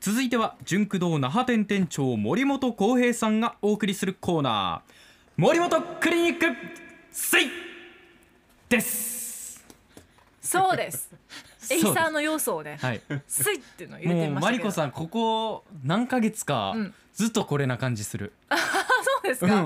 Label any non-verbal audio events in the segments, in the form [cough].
続いては純駆動那覇店店長森本浩平さんがお送りするコーナー森本クリニックスイですそうです。エイサーの要素をね、はいスイっていうのを入れもてうみましたマけリど。コさんここ何ヶ月かうんずっとこれな感じする、そうですうんか。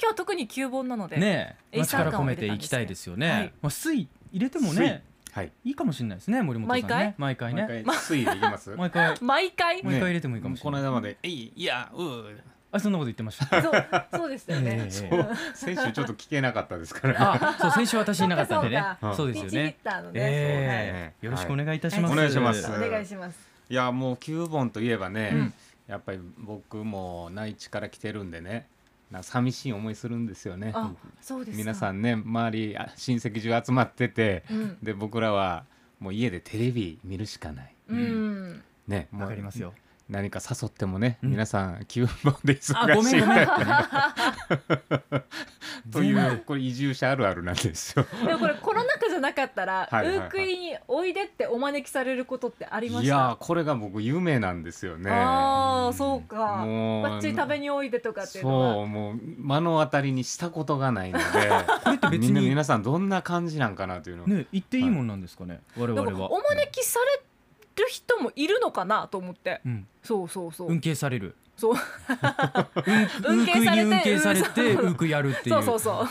今日特に旧本なので、ねえエイまあサー力感込をめ入てれたんですねいきたいですよね、はいまあ、水入れてもねはい。いいかもしれないですね森本さんね毎回毎回ね毎回ま推移できます。毎回毎回、ね入れてもいいかもしれこなのい、間まで、えい、いや、うー。あそんなこと言ってましたそうそうでしたよね。 [laughs] ええそう先週ちょっと聞けなかったです [laughs] から。あ、そう先週私いなかったんでねそうかそう。かそうですピッチよヒッね。ターのね、ええそうねよろしくお願いいたします。お願いしますそうはいお願いします。いや、もう九本といえばうねん、やっぱり僕も内地から来てるんでね。なんか寂しい思いするんですよね。あ、そうですか。皆さんね、周り、あ親戚中集まっててう、ん、で、僕らは。もう家でテレビ見るしかない。うん、ね、もうわかります。よ。何か誘ってもね、うん皆さん九本であ、ご忙めしんいごめん。という、これ移住者あるあるなんですよ。でもこれコロナ禍じゃなかったら、はいはいはウいークイにおいでってお招きされることってありまいしやたー。これが僕夢なんですよね。ああ、そうか。もうバッチリ食べにおいでとかっていうのは。そうもう目の当たりにしたことがないので [laughs] これって別みんなに皆さんどんな感じなんかなというのを、ね言っていいもんなんですかね。我な々んかは。お招きされる人もいるのかなと思って。うん。そうそうそう。運慶される。そう。運運慶慶にされて運慶されてうん運慶やるっていそうそうう。そ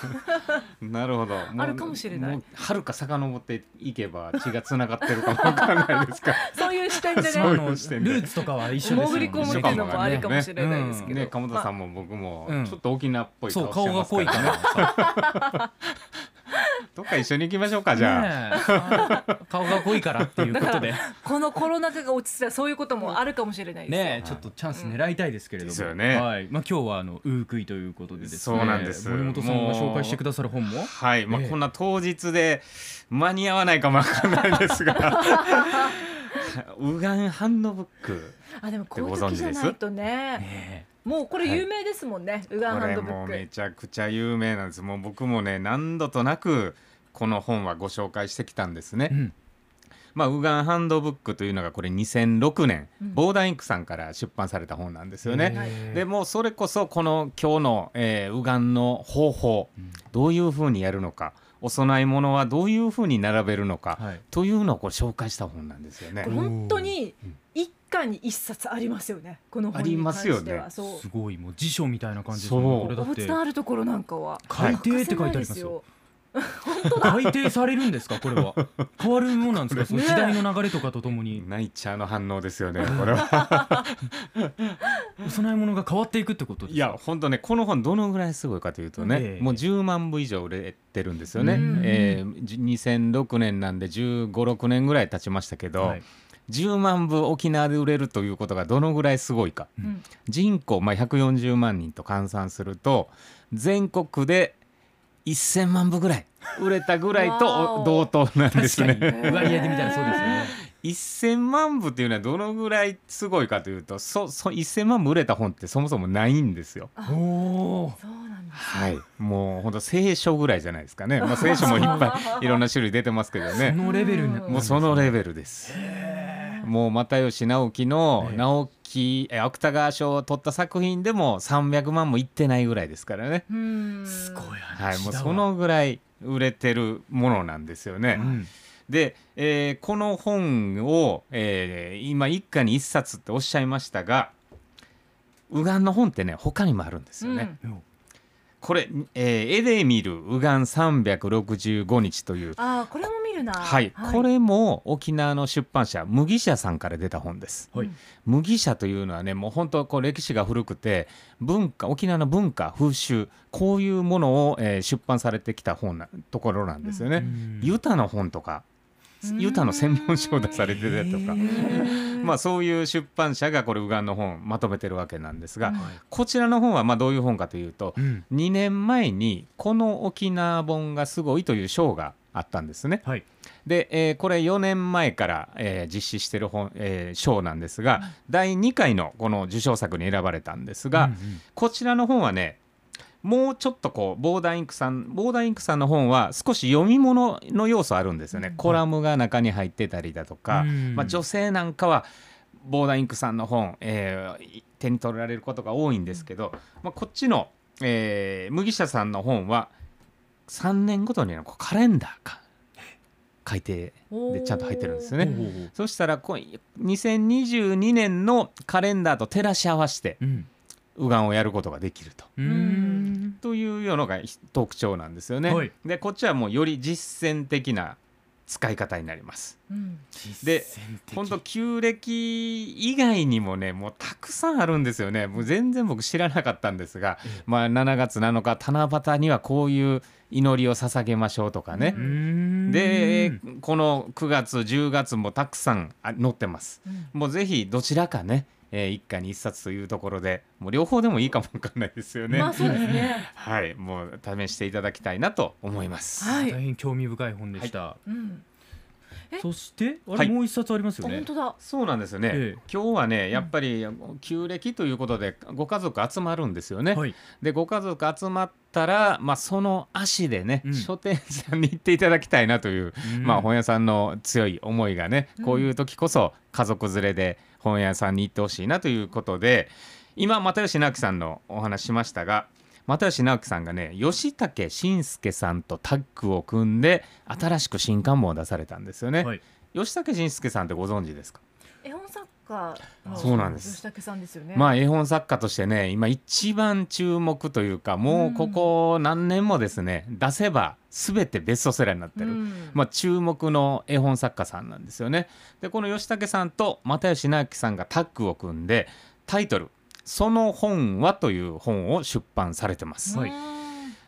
う。なるほどもうあるかもしれないもうはるか遡っていけば血がつながってるかもわからないですからそういう視点であそうね。のルーツとかは一緒です潜り込むもっ一緒ていかうのももありかもしれないですけど。ね鎌田さまんも僕もうんちょっと沖縄っぽいそ顔うし顔てがます濃か、いからね、ら。どっか一緒に行きましょうかじゃあ、ねえあ [laughs] 顔が濃いからって [laughs] いうことで。あこのコロナ禍が落ち着いたらそういうこともあるかもしれないですよ。ねえちょっとチャンス狙いたいですけれども。ですよねはい。まあ今日はあのウークイということでですね。そうなんです森本さんが紹介してくださる本も。はい、まあ、ええこんな当日で間に合わないかもわからないですがウガンハンドブックあでもこういうご存時知じゃですないとね。ねもうこれ有名ですもんね。ウガンこハンれドブもうめック。ちゃくちゃ有名なんですもう僕もね何度となくこの本はご紹介してきたんですね、えうん。まあ、ウガンハンドブックというのがこれ2006年、うんボーダーインクさんから出版された本なんですよへね、えでもうそれこそこの今日の、えー、ウガンの方法うんどういうふうにやるのかお供え物はどういうふうに並べるのか、はい。というのをこれ紹介した本なんですよねこれ。本当に一巻に一冊ありますよね。この本に関ありしてますよはねそうす。ごいもう辞書みたいな感じですそうねこれだおっ仏て壇あるところなんかは。改欠か訂ってせ書なてあいいりでますすよよ。 [laughs] 改訂されるんですかこれは変わるものなんですかそのね時代の流れとかとともにナイチャーの反応ですよねこれは [laughs] お供え物が変わっていくってことですいや本当ねこの本どのぐらいすごいかというとね、ええもう10万部以上売れてるんですよね、うんえーじ2006年なんで1 5 6年ぐらい経ちましたけど、はい10万部沖縄で売れるということがどのぐらいすごいかうん人口、まあ、140万人と換算すると全国で1000万部ぐらい売れたぐらいわとおお同等なんで確すかにね。割合で見たらそうですよね1000万部っていうのはどのぐらいすごいかというとそそ1000万部売れた本ってそもそもないんですよ。あおーそうなんだ。はい、もうほんと聖書ぐらいじゃないですかね、まあ、聖書もいっぱいいろんな種類出てますけどそねのレベルにうんもうそのレルベルです。もう又吉直樹のええ直木え芥川賞を取った作品でも300万もいってないぐらいですからね、うん。すごいはい、話もうだわそのぐらい売れてるものなんですよね。うんで、えーこの本を、えー今一家に一冊っておっしゃいましたが右岸の本ってね他にもあるんですよね。うんこれ、えー絵で見る右岸365日という、ああこれも見るな。はいこれも沖縄の出版社麦社さんから出た本です。はい麦社というのはねもう本当こう歴史が古くて文化沖縄の文化風習こういうものを、えー出版されてきた本なところなんですよね。うんユタの本とかうんユタの専門書を出されてたりとかへ、うん。まあ、そういう出版社がこれ右岸の本をまとめてるわけなんですが、うんこちらの本はまあどういう本かというとうん2年前にこの沖縄本がすごいという賞があったんですね。はいで、えーこれ4年前から、えー実施してる本、えー賞なんですが第2回のこの受賞作に選ばれたんですが、うんうんこちらの本はねもうちょっとこうボーダーインクさんボーダーインクさんの本は少し読み物の要素あるんですよね、うんコラムが中に入ってたりだとか、うんまあ、女性なんかはボーダーインクさんの本、えーい手に取られることが多いんですけど、まあ、こっちの、えー麦茶さんの本は3年ごとにのこうカレンダーか改定でちゃんと入ってるんですよね。ねそしたらこう2022年のカレンダーと照らし合わせてうん右眼をやることができると。ううんんというようのが特徴なんですよね。はいでこっちはもうより実践的な使い方になります。うんで実践的本当旧暦以外にもねもうたくさんあるんですよねもう全然僕知らなかったんですが、まあ、7月7日七夕にはこういう祈りを捧げましょうとかねう、んでこの9月10月もたくさんあ載ってますうんもうぜひどちらかね、えー一家に一冊というところでもう両方でもいいかもわかんないですよね、まあそうですね。はいもう試していただきたいなと思います、はい大変興味深い本でした、うん。えそしてあれ、はいもう一冊ありますあよね本当だ。そうなんですよね、ええ今日はねやっぱり旧暦ということでご家族集まるんですよね、はいでご家族集まったら、まあ、その足でね、うん書店さんに行っていただきたいなという、まあ、本屋さんの強い思いがねうんこういう時こそ家族連れで本屋さんに行ってほしいなということで今又吉直樹さんのお話しましたが又吉直樹さんがね吉武慎介さんとタッグを組んで新しく新刊本を出されたんですよね、はい吉武慎介さんってご存知ですか絵本作家のそうなんです吉武さんですよね。まあ絵本作家としてね今一番注目というかもうここ何年もですね、出せば全てベストセラーになってうる、んまあ、注目の絵本作家さんなんですよね。でこの吉武さんと又吉直樹さんがタッグを組んでタイトル「その本は」という本を出版されてます。はいうん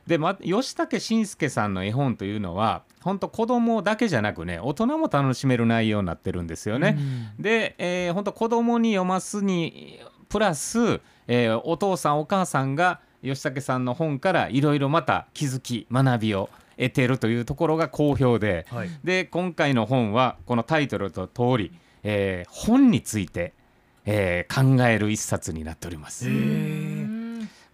で、ま、吉武慎介さんの絵本というのは本当子供だけじゃなくね大人も楽しめる内容になってるんですよね。で、えー、本当子供に読ますにプラス、えーお父さんお母さんが吉武さんの本からいろいろまた気づき学びを得てるというところが好評ではいで今回の本はこのタイトルと通り、えー本について、えー考える一冊になっております。へーうん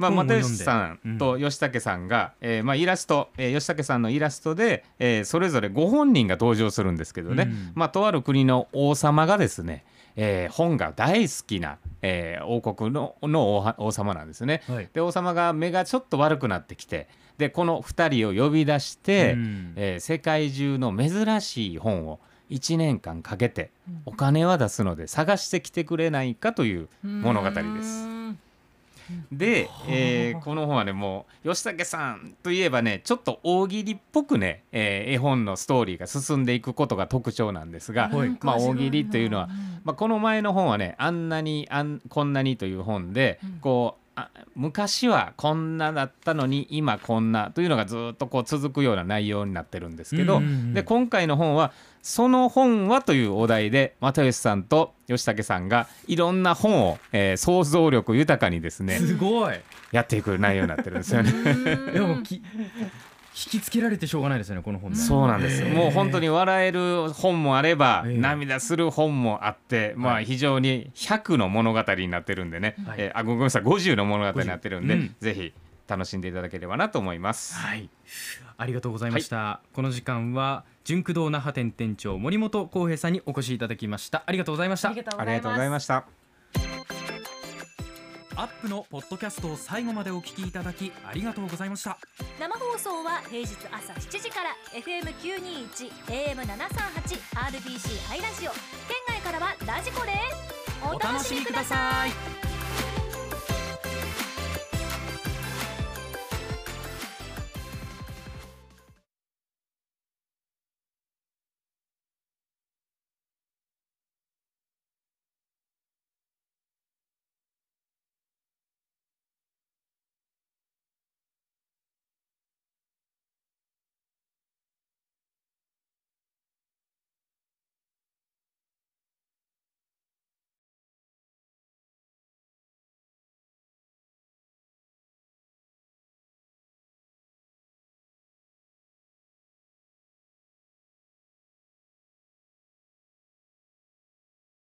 まあ、本を又読んで吉さんと吉武さんが、えーまあ、イラスト、えー吉武さんのイラストで、えーそれぞれご本人が登場するんですけどね、うんまあ、とある国の王様がですね、えー本が大好きな、えー王国のの王は王様なんですね。はいで王様が目がちょっと悪くなってきてでこの2人を呼び出して、うんえー世界中の珍しい本を1年間かけてうんお金は出すので探してきてくれないかという物語です。うんではあ、えーこの本はねもう吉武さんといえばねちょっと大喜利っぽくね、えー絵本のストーリーが進んでいくことが特徴なんですが、はいまあ大喜利というのは、まあ、この前の本はね「あんなにあんこんなに」という本で、うんこうあ昔はこんなだったのに今こんなというのがずっとこう続くような内容になってるんですけうど、んうんうんで今回の本は「その本は」というお題で又吉さんと吉武さんがいろんな本を、えー想像力豊かにですねすごいやっていく内容になってるんですよね。 [laughs] でもき引きつけられてしょうがないですねこの本ねそうなんですへーもう本当に笑える本もあれば、ええ涙する本もあって、まはあ、い非常に100の物語になってるんでね、はいえーあごめんなさい50の物語になってるんで、 50うんぜひ楽しんでいただければなと思います。はい、ありがとうございました。この時間は純駆動那覇店店長森本浩平さんにお越しいただきました。ありがとうございましあた。りがとうありがとうごござざいいま。ますしたアップのポッドキャストを最後までお聞きいただきありがとうございました。生放送は平日朝7時から FM921 AM738 RBC ハイラジオ県外からはラジコでお楽しみくださいさい。